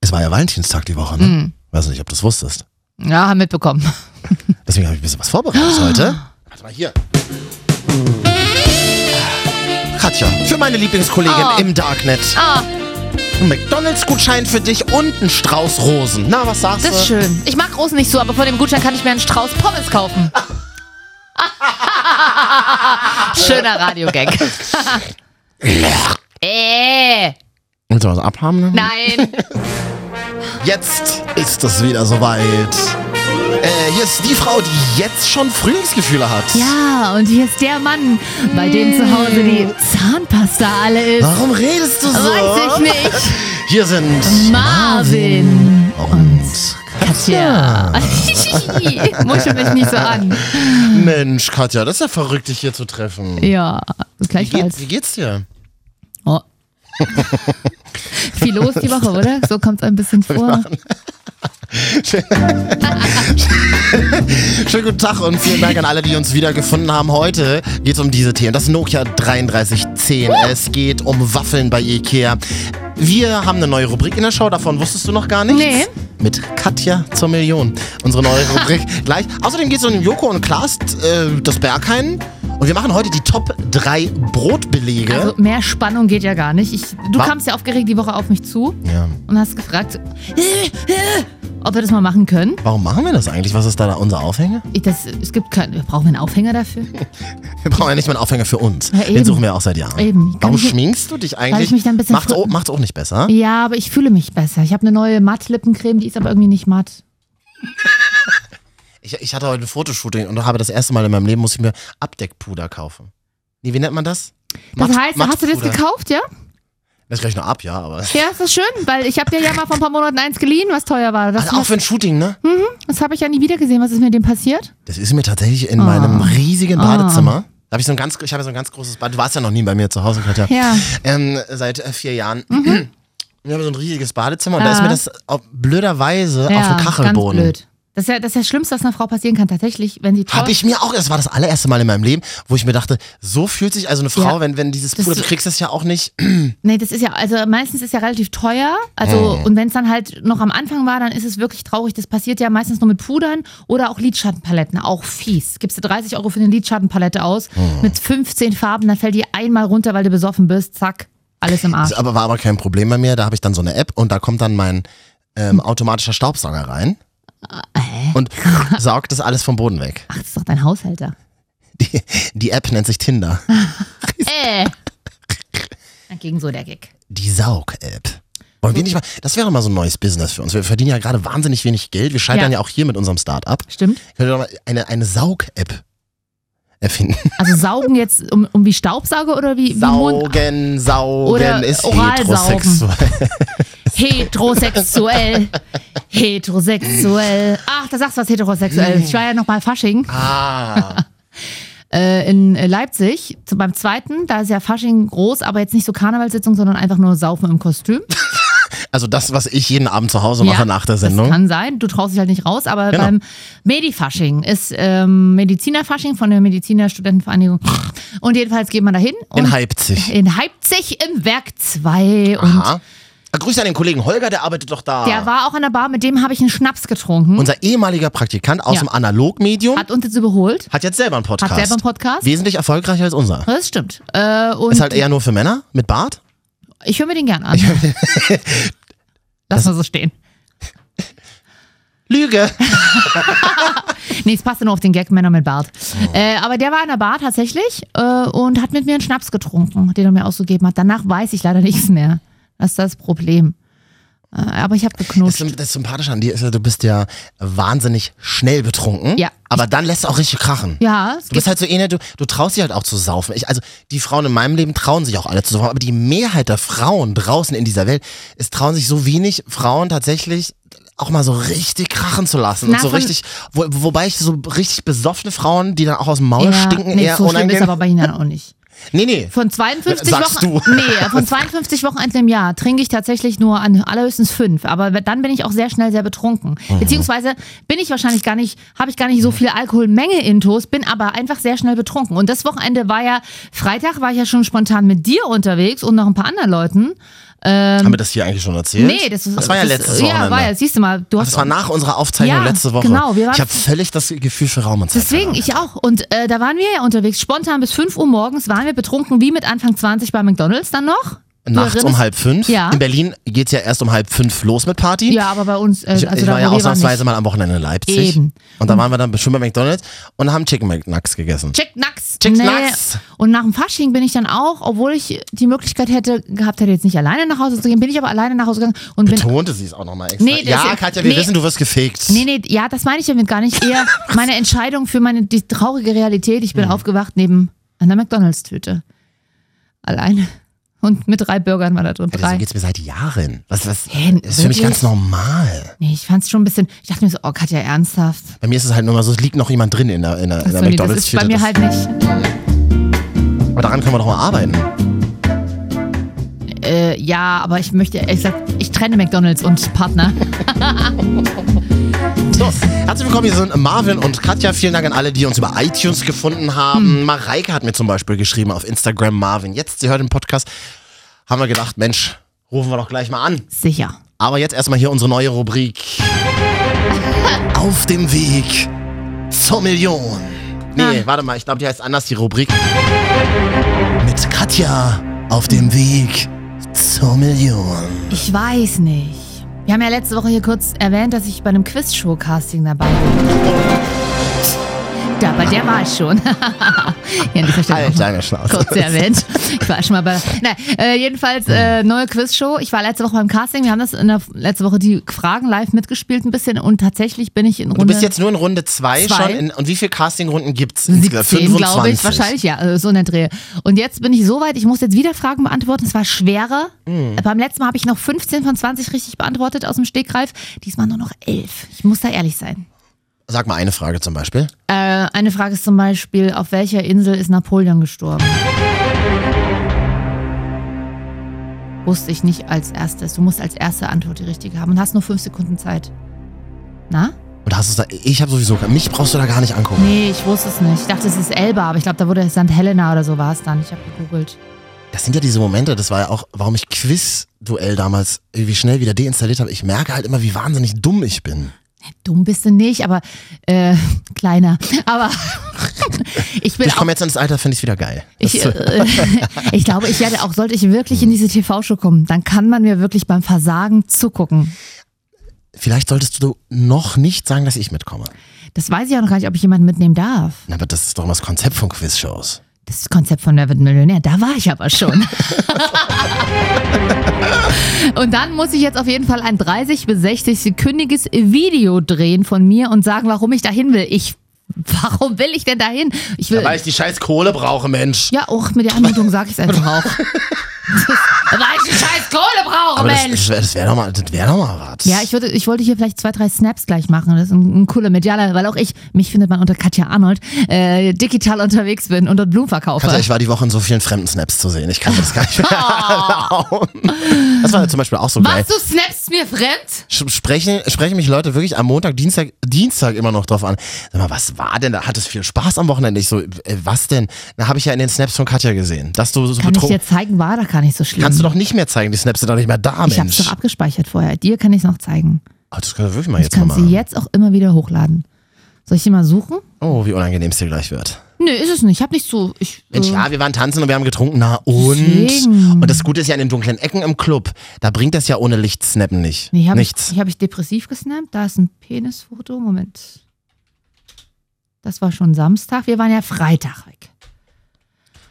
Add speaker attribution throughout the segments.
Speaker 1: Es war ja Valentinstag die Woche, ne?
Speaker 2: Mhm.
Speaker 1: Weiß nicht, ob du es wusstest.
Speaker 2: Ja, haben mitbekommen.
Speaker 1: Deswegen habe ich ein bisschen was vorbereitet
Speaker 2: Ah.
Speaker 1: heute. Warte mal hier. Katja, für meine Lieblingskollegin
Speaker 2: Ah.
Speaker 1: im Darknet.
Speaker 2: Ah,
Speaker 1: Ein McDonalds-Gutschein für dich und ein Strauß Rosen. Na, was sagst
Speaker 2: das ist
Speaker 1: du?
Speaker 2: schön. Ich mag Rosen nicht so, aber von dem Gutschein kann ich mir einen Strauß Pommes kaufen. Schöner Radiogag. äh,
Speaker 1: Willst du was abhaben? Ne?
Speaker 2: nein.
Speaker 1: Jetzt ist es wieder soweit. Äh, hier ist die Frau, die jetzt schon Frühlingsgefühle hat.
Speaker 2: Ja, und hier ist der Mann, bei dem zu Hause die Zahnpasta alle ist.
Speaker 1: Warum redest du so?
Speaker 2: Weiß ich nicht.
Speaker 1: Hier sind
Speaker 2: Marvin.
Speaker 1: und
Speaker 2: Katja. Muschel mich nicht so an.
Speaker 1: Mensch, Katja, das ist ja verrückt, dich hier zu treffen.
Speaker 2: Ja,
Speaker 1: Wie, geht,
Speaker 2: gleichfalls.
Speaker 1: wie geht's dir?
Speaker 2: Oh. Viel los die Woche, oder? So kommt es ein bisschen vor.
Speaker 1: Schönen guten Tag und vielen Dank an alle, die uns wiedergefunden haben. Heute geht es um diese Themen. Das Nokia 3310. Es geht um Waffeln bei Ikea. Wir haben eine neue Rubrik in der Show, davon wusstest du noch gar nichts.
Speaker 2: Nee.
Speaker 1: Mit Katja zur Million. Unsere neue Rubrik gleich. Außerdem geht es um Joko und Klaas, äh, das Berghain. Und wir machen heute die Top 3 Brotbelege.
Speaker 2: Also mehr Spannung geht ja gar nicht. Ich, du
Speaker 1: Wa-
Speaker 2: kamst ja aufgeregt die Woche auf mich zu
Speaker 1: ja.
Speaker 2: und hast gefragt, äh, äh, ob wir das mal machen können.
Speaker 1: Warum machen wir das eigentlich? Was ist da unser Aufhänger?
Speaker 2: Ich, das, es gibt keinen, wir brauchen einen Aufhänger dafür.
Speaker 1: Wir brauchen ja nicht mal einen Aufhänger für uns.
Speaker 2: Ja,
Speaker 1: Den
Speaker 2: eben.
Speaker 1: suchen wir auch seit Jahren.
Speaker 2: Eben. Kann
Speaker 1: Warum
Speaker 2: ich-
Speaker 1: schminkst du dich eigentlich?
Speaker 2: ich mich dann ein bisschen
Speaker 1: macht's,
Speaker 2: fr-
Speaker 1: auch, macht's auch nicht besser.
Speaker 2: Ja, aber ich fühle mich besser. Ich habe eine neue Matt-Lippencreme, die ist aber irgendwie nicht matt.
Speaker 1: Ich, ich hatte heute ein Fotoshooting und habe das erste Mal in meinem Leben, muss ich mir Abdeckpuder kaufen. Nee, wie nennt man das?
Speaker 2: Das
Speaker 1: Matt-
Speaker 2: heißt, hast du das
Speaker 1: Mattpuder.
Speaker 2: gekauft, ja?
Speaker 1: Das gleich noch ab, ja, aber.
Speaker 2: Ja, ist das schön, weil ich habe dir ja mal vor ein paar Monaten eins geliehen, was teuer war. Das,
Speaker 1: Also auch für ein Shooting, ne?
Speaker 2: Hm? das habe ich ja nie wieder gesehen. Was ist mit dem passiert?
Speaker 1: Das ist mir tatsächlich in
Speaker 2: Ah.
Speaker 1: meinem riesigen Badezimmer. Da hab ich so ein ganz, ich habe so ein ganz großes Bad. Du warst ja noch nie bei mir zu Hause, Katja.
Speaker 2: Ja. Mhm.
Speaker 1: Ähm, seit äh, vier Jahren. Wir haben so ein riesiges Badezimmer und da
Speaker 2: Ah.
Speaker 1: ist mir das auf, blöderweise
Speaker 2: ja,
Speaker 1: auf dem Kachelboden.
Speaker 2: Ganz blöd. Das ist, ja, das ist ja das Schlimmste, was einer Frau passieren kann, tatsächlich, wenn sie teuer-
Speaker 1: Habe ich mir auch, das war das allererste Mal in meinem Leben, wo ich mir dachte, so fühlt sich also eine Frau,
Speaker 2: Ja.
Speaker 1: wenn, wenn dieses
Speaker 2: Das-
Speaker 1: Puder, du kriegst das ja auch nicht.
Speaker 2: Nee, das ist ja, also meistens ist ja relativ teuer. Also, und wenn es dann halt noch am Anfang war, dann ist es wirklich traurig. Das passiert ja meistens nur mit Pudern oder auch Lidschattenpaletten, auch fies. Gibst du 30 Euro für eine Lidschattenpalette aus mit 15 Farben, dann fällt die einmal runter, weil du besoffen bist. Zack, alles im Arsch.
Speaker 1: Das aber war aber kein Problem bei mir. Da habe ich dann so eine App und da kommt dann mein ähm, automatischer Staubsauger rein und saugt das alles vom Boden weg.
Speaker 2: Ah, Ach, das ist doch dein Haushälter.
Speaker 1: Die, die App nennt sich Tinder.
Speaker 2: Äh. Dagegen so der Gag.
Speaker 1: Die Saug-App. Wollen
Speaker 2: Hm.
Speaker 1: wir nicht mal, das wäre mal so ein neues Business für uns. Wir verdienen ja gerade wahnsinnig wenig Geld. Wir scheitern ja,
Speaker 2: Ja.
Speaker 1: auch hier mit unserem Start-up.
Speaker 2: Stimmt?
Speaker 1: Können wir doch mal eine, eine Saug-App erfinden?
Speaker 2: Also saugen jetzt um, um wie Staubsauger oder wie, wie Mund
Speaker 1: Saugen, saugen
Speaker 2: Oder
Speaker 1: ist
Speaker 2: Oralsaugen.
Speaker 1: heterosexuell.
Speaker 2: heterosexuell. heterosexuell. Ach, da sagst du was heterosexuell. Ich war ja noch mal Fasching.
Speaker 1: Ah.
Speaker 2: äh, in Leipzig zu, beim zweiten. Da ist ja Fasching groß, aber jetzt nicht so Karnevalssitzung, sondern einfach nur Saufen im Kostüm.
Speaker 1: Also das, was ich jeden Abend zu Hause mache
Speaker 2: Ja,
Speaker 1: nach der
Speaker 2: Das
Speaker 1: Sendung.
Speaker 2: kann sein. Du traust dich halt nicht raus, aber
Speaker 1: Genau.
Speaker 2: beim Medifasching ist ähm, Medizinerfasching von der Medizinerstudentenvereinigung. Und jedenfalls geht man da hin. und-
Speaker 1: In Leipzig.
Speaker 2: In Leipzig im Werk 2. Und
Speaker 1: Aha. Grüße an den Kollegen Holger, der arbeitet doch da.
Speaker 2: der war auch an der Bar, mit dem habe ich einen Schnaps getrunken.
Speaker 1: Unser ehemaliger Praktikant aus
Speaker 2: Ja.
Speaker 1: dem Analogmedium hat,
Speaker 2: hat uns jetzt überholt.
Speaker 1: jetzt selber einen Podcast.
Speaker 2: Hat selber einen Podcast.
Speaker 1: Wesentlich erfolgreicher als unser.
Speaker 2: Das stimmt. Äh, und
Speaker 1: Ist halt eher nur für Männer mit Bart.
Speaker 2: Ich höre mir den gern an. Lass mal so stehen.
Speaker 1: Lüge.
Speaker 2: Nee, es passte nur auf den Gag Männer mit Bart.
Speaker 1: Oh.
Speaker 2: Äh, aber der war in der Bar tatsächlich äh, und hat mit mir einen Schnaps getrunken, den er mir ausgegeben hat. Danach weiß ich leider nichts mehr. Das ist das Problem. Äh, aber ich habe
Speaker 1: Das,
Speaker 2: geknutscht.
Speaker 1: Sym- das Sympathische an dir ist ja, du bist ja wahnsinnig schnell betrunken.
Speaker 2: Ja.
Speaker 1: Aber dann lässt du auch richtig krachen.
Speaker 2: Ja, es
Speaker 1: Du bist
Speaker 2: gibt,
Speaker 1: halt so ähnlich, du, du traust dich halt auch zu saufen. Ich, also die Frauen in meinem Leben trauen sich auch alle zu saufen, aber die Mehrheit der Frauen draußen in dieser Welt, es trauen sich so wenig Frauen tatsächlich auch mal so richtig krachen zu lassen.
Speaker 2: Na,
Speaker 1: und so
Speaker 2: von-
Speaker 1: richtig, wo, wobei ich so richtig besoffene Frauen, die dann auch aus dem Maul stinken,
Speaker 2: nee,
Speaker 1: eher
Speaker 2: so schlimm ist
Speaker 1: unangenehm.
Speaker 2: aber bei Ihnen auch nicht.
Speaker 1: nee, nee.
Speaker 2: Von 52
Speaker 1: Sagst
Speaker 2: Wochen,
Speaker 1: du.
Speaker 2: nee, von 52 Wochenenden im Jahr trinke ich tatsächlich nur an allerhöchstens fünf. Aber dann bin ich auch sehr schnell sehr betrunken.
Speaker 1: Mhm.
Speaker 2: Beziehungsweise bin ich wahrscheinlich gar nicht, habe ich gar nicht so viel Alkoholmenge intus, bin aber einfach sehr schnell betrunken. Und das Wochenende war ja Freitag, war ich ja schon spontan mit dir unterwegs und noch ein paar anderen Leuten.
Speaker 1: Haben wir das hier eigentlich schon erzählt?
Speaker 2: Nee, das, ist-
Speaker 1: das war ja
Speaker 2: das,
Speaker 1: letztes
Speaker 2: Ja,
Speaker 1: Wochenende.
Speaker 2: war ja, siehst du mal, du hast
Speaker 1: das war nach unserer Aufzeichnung
Speaker 2: Ja,
Speaker 1: letzte Woche.
Speaker 2: genau, wir waren-
Speaker 1: ich habe völlig das Gefühl für Raum und Zeit.
Speaker 2: Deswegen, ich auch. Und äh, da waren wir ja unterwegs. Spontan bis 5 Uhr morgens waren wir betrunken, wie mit Anfang 20 bei McDonalds dann noch. Du
Speaker 1: Nachts um
Speaker 2: erinnerst-
Speaker 1: halb fünf.
Speaker 2: Ja.
Speaker 1: In Berlin geht's ja erst um halb fünf los mit Party.
Speaker 2: Ja, aber bei uns, äh,
Speaker 1: Ich,
Speaker 2: also
Speaker 1: ich
Speaker 2: da
Speaker 1: war ja
Speaker 2: wo wir waren
Speaker 1: ausnahmsweise
Speaker 2: nicht.
Speaker 1: mal am Wochenende in Leipzig.
Speaker 2: Eben.
Speaker 1: Und da waren wir dann schon bei McDonalds und haben Chicken McNuggets gegessen.
Speaker 2: Check Nax.
Speaker 1: Check Nax.
Speaker 2: Und nach dem Fasching bin ich dann auch, obwohl ich die Möglichkeit hätte, gehabt hätte, jetzt nicht alleine nach Hause zu gehen, bin ich aber alleine nach Hause gegangen und bin
Speaker 1: Betonte sie es auch nochmal extra.
Speaker 2: Nee, das-
Speaker 1: ja, Katja, wir
Speaker 2: nee.
Speaker 1: wissen, du wirst gefegt.
Speaker 2: Nee, nee, ja, das meine ich damit gar nicht. Eher meine Entscheidung für meine die traurige Realität. Ich bin
Speaker 1: Mhm.
Speaker 2: aufgewacht neben einer McDonalds-Tüte. Alleine. Und mit drei Burgern war da drin.
Speaker 1: Alter, so
Speaker 2: Drei.
Speaker 1: geht's mir seit Jahren. Was, was,
Speaker 2: Hä,
Speaker 1: das ist für mich
Speaker 2: wirklich?
Speaker 1: ganz normal.
Speaker 2: Nee, ich fand es schon ein bisschen. Ich dachte mir so, oh, Katja, ernsthaft.
Speaker 1: Bei mir ist es halt nur mal so, es liegt noch jemand drin in der, in der, in der
Speaker 2: Achso, nee, das ist bei
Speaker 1: McDonalds-Tüte.
Speaker 2: mir
Speaker 1: Das-
Speaker 2: halt nicht.
Speaker 1: Aber daran können wir doch mal arbeiten.
Speaker 2: Äh, ja, aber ich möchte, ehrlich gesagt, ich trenne McDonalds und Partner.
Speaker 1: So, herzlich willkommen, hier sind Marvin und Katja. Vielen Dank an alle, die uns über iTunes gefunden
Speaker 2: Hm.
Speaker 1: haben. Mareike hat mir zum Beispiel geschrieben auf Instagram, Marvin, jetzt, sie hört den Podcast, haben wir gedacht, Mensch, rufen wir doch gleich mal an.
Speaker 2: Sicher.
Speaker 1: Aber jetzt erstmal hier unsere neue Rubrik. auf dem Weg zur Million.
Speaker 2: Ah.
Speaker 1: Nee, warte mal, ich glaube, die heißt anders, die Rubrik. Mit Katja auf dem Weg zur Million.
Speaker 2: Ich weiß nicht. Wir haben ja letzte Woche hier kurz erwähnt, dass ich bei einem Quiz-Show-Casting dabei bin. Da, bei der war ich schon. ja, an dieser Stelle
Speaker 1: Halt
Speaker 2: nochmal
Speaker 1: deine Schnauze.
Speaker 2: kurz erwähnt. Ich war schon mal bei. Nein, äh, jedenfalls äh, neue Quizshow. Ich war letzte Woche beim Casting. Wir haben das in der letzte Woche die Fragen live mitgespielt ein bisschen und tatsächlich bin ich in Runde.
Speaker 1: Du bist jetzt nur in Runde 2
Speaker 2: Zwei.
Speaker 1: schon. In, und wie viele Castingrunden gibt's?
Speaker 2: 17, glaube ich, wahrscheinlich, ja, äh, so in der Dreh. Und jetzt bin ich so weit, ich muss jetzt wieder Fragen beantworten. Es war schwerer. Beim letzten Mal habe ich noch 15 von 20 richtig beantwortet aus dem Stegreif. Diesmal nur noch 11. Ich muss da ehrlich sein.
Speaker 1: Sag mal eine Frage zum Beispiel.
Speaker 2: Äh, eine Frage ist zum Beispiel, auf welcher Insel ist Napoleon gestorben? Wusste ich nicht als erstes. Du musst als erste Antwort die richtige haben und hast nur fünf Sekunden Zeit. Na?
Speaker 1: Und hast du da, ich habe sowieso, mich brauchst du da gar nicht angucken.
Speaker 2: Nee, ich wusste es nicht. Ich dachte, es ist Elba, aber ich glaube, da wurde es St. Helena oder so war es dann. Ich habe gegoogelt.
Speaker 1: Das sind ja diese Momente, das war ja auch, warum ich Quiz-Duell damals irgendwie schnell wieder deinstalliert habe. Ich merke halt immer, wie wahnsinnig dumm ich bin.
Speaker 2: Dumm bist du nicht, aber äh, kleiner. Aber ich bin
Speaker 1: Ich komme jetzt ins Alter, finde ich wieder geil.
Speaker 2: Ich,
Speaker 1: Das-
Speaker 2: äh, ich glaube, ich werde auch, sollte ich wirklich in diese TV-Show kommen, dann kann man mir wirklich beim Versagen zugucken.
Speaker 1: Vielleicht solltest du noch nicht sagen, dass ich mitkomme.
Speaker 2: Das weiß ich auch noch gar nicht, ob ich jemanden mitnehmen darf.
Speaker 1: Na, Aber das ist doch mal das Konzept von Quiz-Shows.
Speaker 2: Das Konzept von Wer wird Millionär, da war ich aber schon. und dann muss ich jetzt auf jeden Fall ein 30 bis 60 sekündiges Video drehen von mir und sagen, warum ich dahin will. Ich, warum will ich denn dahin? Ich will,
Speaker 1: Weil ich die scheiß Kohle brauche, Mensch.
Speaker 2: Ja, auch mit der Anmutung sag ich's einfach auch. Weil ich die scheiß Kohle brauche,
Speaker 1: Aber das,
Speaker 2: Mensch.
Speaker 1: das wäre wär doch mal, das wär doch mal was.
Speaker 2: Ja, ich, würde, ich wollte hier vielleicht zwei, drei Snaps gleich machen. Das ist ein, ein cooler Medialer, weil auch ich, mich findet man unter Katja Arnold, äh, digital unterwegs bin und dort Blumen verkaufe.
Speaker 1: Katja, ich war die Woche in so vielen fremden Snaps zu sehen. Ich kann mir das gar nicht mehr erlauben. Das war ja zum Beispiel auch so geil.
Speaker 2: Was, du snaps mir fremd?
Speaker 1: Sch- Sprechen, sprechen mich Leute wirklich am Montag, Dienstag, Dienstag immer noch drauf an. Sag mal, was war denn da? Hat es viel Spaß am Wochenende? Ich so, äh, was denn? Da habe ich ja in den Snaps von Katja gesehen, dass du so
Speaker 2: Kann ich
Speaker 1: betrunken.
Speaker 2: dir zeigen, war da gar nicht so schlimm.
Speaker 1: Kannst du doch nicht mehr zeigen, die Snaps sind doch nicht mehr da,
Speaker 2: ich hab's
Speaker 1: Mensch.
Speaker 2: doch abgespeichert vorher. Dir kann ich's noch zeigen.
Speaker 1: Oh, das können wir wirklich mal
Speaker 2: Ich
Speaker 1: jetzt mal
Speaker 2: kann sie
Speaker 1: machen.
Speaker 2: jetzt auch immer wieder hochladen. Soll ich die mal suchen?
Speaker 1: Oh, wie unangenehm es dir gleich wird.
Speaker 2: Nö, ist es nicht. Ich hab nicht so. Ich,
Speaker 1: Mensch,
Speaker 2: äh,
Speaker 1: ja, wir waren tanzen und wir haben getrunken. Na und?
Speaker 2: Deswegen.
Speaker 1: Und das Gute ist ja in den dunklen Ecken im Club. Da bringt das ja ohne Licht snappen nicht.
Speaker 2: Nee, hab
Speaker 1: Nichts.
Speaker 2: Ich, habe ich depressiv gesnappt. Da ist ein Penisfoto. Moment. Das war schon Samstag. Wir waren ja Freitag weg.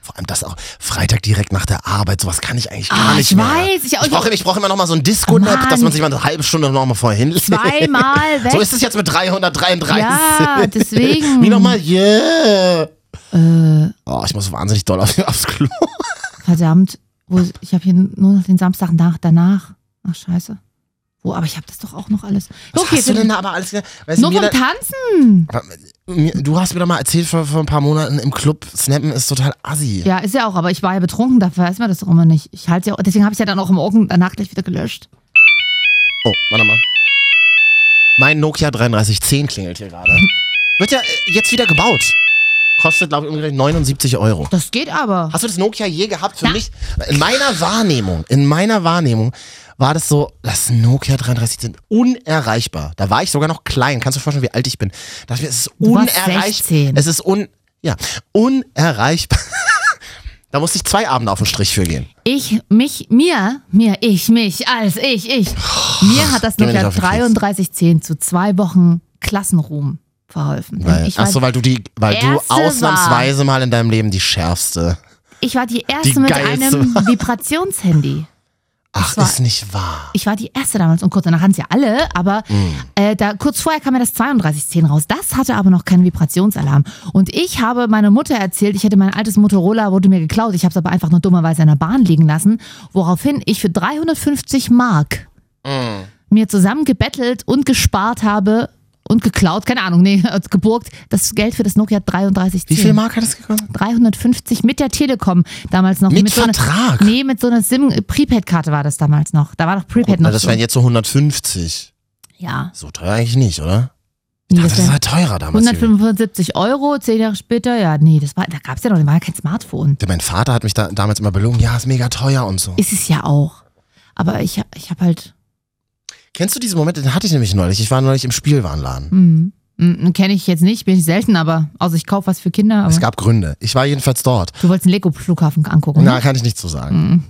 Speaker 1: Vor allem das auch Freitag direkt nach der Arbeit. Sowas kann ich eigentlich gar
Speaker 2: Ah,
Speaker 1: nicht
Speaker 2: ich
Speaker 1: mehr.
Speaker 2: weiß, ich-
Speaker 1: Ich, brauche, ich brauche immer noch mal so ein Disco-Nap,
Speaker 2: Mann.
Speaker 1: dass man sich mal eine halbe Stunde noch mal vorher hinlegt.
Speaker 2: Zweimal weg.
Speaker 1: So ist es jetzt mit 333.
Speaker 2: Ja, Hm. deswegen. Äh,
Speaker 1: Wie nochmal? Yeah. Oh, ich muss wahnsinnig doll auf, aufs Klo.
Speaker 2: Verdammt. Wo, ist- ich habe hier nur noch den Samstag nach, danach. Ach, scheiße. Wo, aber ich habe das doch auch noch alles.
Speaker 1: Was
Speaker 2: okay,
Speaker 1: hast du
Speaker 2: wir-
Speaker 1: denn da aber alles? ge- Weißt, du,
Speaker 2: nur
Speaker 1: mir
Speaker 2: vom
Speaker 1: da,
Speaker 2: Tanzen?
Speaker 1: aber, mir, du hast mir doch mal erzählt vor, vor ein paar Monaten im Club, Snappen ist total assi.
Speaker 2: Ja, ist ja auch, aber ich war ja betrunken, dafür weiß man das doch immer nicht. Ich halte ja auch, deswegen habe ich ja dann auch im Morgen danach gleich wieder gelöscht.
Speaker 1: Oh, warte mal. Mein Nokia 3310 klingelt hier gerade. Wird ja äh, jetzt wieder gebaut. Kostet, glaube ich, umgerechnet 79 Euro.
Speaker 2: Das geht aber.
Speaker 1: Hast du das Nokia je gehabt? Für
Speaker 2: Na.
Speaker 1: mich, in meiner Wahrnehmung, in meiner Wahrnehmung war das so, das Nokia 33 sind unerreichbar. Da war ich sogar noch klein. Kannst du dir vorstellen, wie alt ich bin? Da dachte ich mir, es ist
Speaker 2: Du warst
Speaker 1: unerreichbar.
Speaker 2: 16.
Speaker 1: Es ist un, ja, unerreichbar. da musste ich zwei Abende auf den Strich für gehen.
Speaker 2: Ich, mich, mir, mir, ich, mich, alles, ich, ich. Mir hat das
Speaker 1: Geh mir nicht
Speaker 2: Nokia
Speaker 1: auf den Keks.
Speaker 2: 3310 zu zwei Wochen Klassenruhm verholfen. Denn
Speaker 1: Weil,
Speaker 2: ich,
Speaker 1: ach
Speaker 2: war,
Speaker 1: so, weil du die, weil du
Speaker 2: Erste war-
Speaker 1: ausnahmsweise mal in deinem Leben die schärfste.
Speaker 2: ich war die Erste
Speaker 1: die
Speaker 2: mit
Speaker 1: geilste
Speaker 2: einem Vibrationshandy.
Speaker 1: Ach,
Speaker 2: war-
Speaker 1: ist nicht wahr.
Speaker 2: Ich war die Erste damals und kurz danach haben sie ja alle, aber
Speaker 1: Mhm.
Speaker 2: äh, da, kurz vorher kam ja das 3210 raus. Das hatte aber noch keinen Vibrationsalarm. Und ich habe meiner Mutter erzählt, ich hätte mein altes Motorola, wurde mir geklaut. Ich habe es aber einfach nur dummerweise in der Bahn liegen lassen. Woraufhin ich für 350 Mark
Speaker 1: Mhm.
Speaker 2: mir zusammen gebettelt und gespart habe und geklaut, keine Ahnung, nee, geburgt, das Geld für das Nokia 3310.
Speaker 1: Wie viel Mark hat es gekostet?
Speaker 2: 350 mit der Telekom damals noch.
Speaker 1: Mit
Speaker 2: so einer-
Speaker 1: Vertrag?
Speaker 2: nee, mit so einer SIM-Prepaid-Karte war das damals noch. Da war doch Prepaid
Speaker 1: Na,
Speaker 2: noch.
Speaker 1: das
Speaker 2: so.
Speaker 1: wären jetzt so 150.
Speaker 2: Ja.
Speaker 1: So teuer eigentlich nicht, oder?
Speaker 2: Nee,
Speaker 1: Dachte,
Speaker 2: das
Speaker 1: das
Speaker 2: wär-
Speaker 1: war teurer damals. gewesen.
Speaker 2: 175 Euro, zehn Jahre später, ja, nee, das war, da gab es ja noch, da war ja kein Smartphone.
Speaker 1: Denn mein Vater hat mich da, damals immer belogen, ja, ist mega teuer und so.
Speaker 2: Ist es ja auch. Aber ich, ich habe halt,
Speaker 1: Kennst du diesen Moment? Den hatte ich nämlich neulich. Ich war neulich im Spielwarenladen.
Speaker 2: hm, kenne ich jetzt nicht, bin ich selten, aber, also ich kaufe was für Kinder, aber
Speaker 1: Es gab Gründe. Ich war jedenfalls dort.
Speaker 2: du wolltest den Lego-Flughafen angucken.
Speaker 1: Na,
Speaker 2: ne?
Speaker 1: kann ich nicht so sagen.
Speaker 2: Mhm.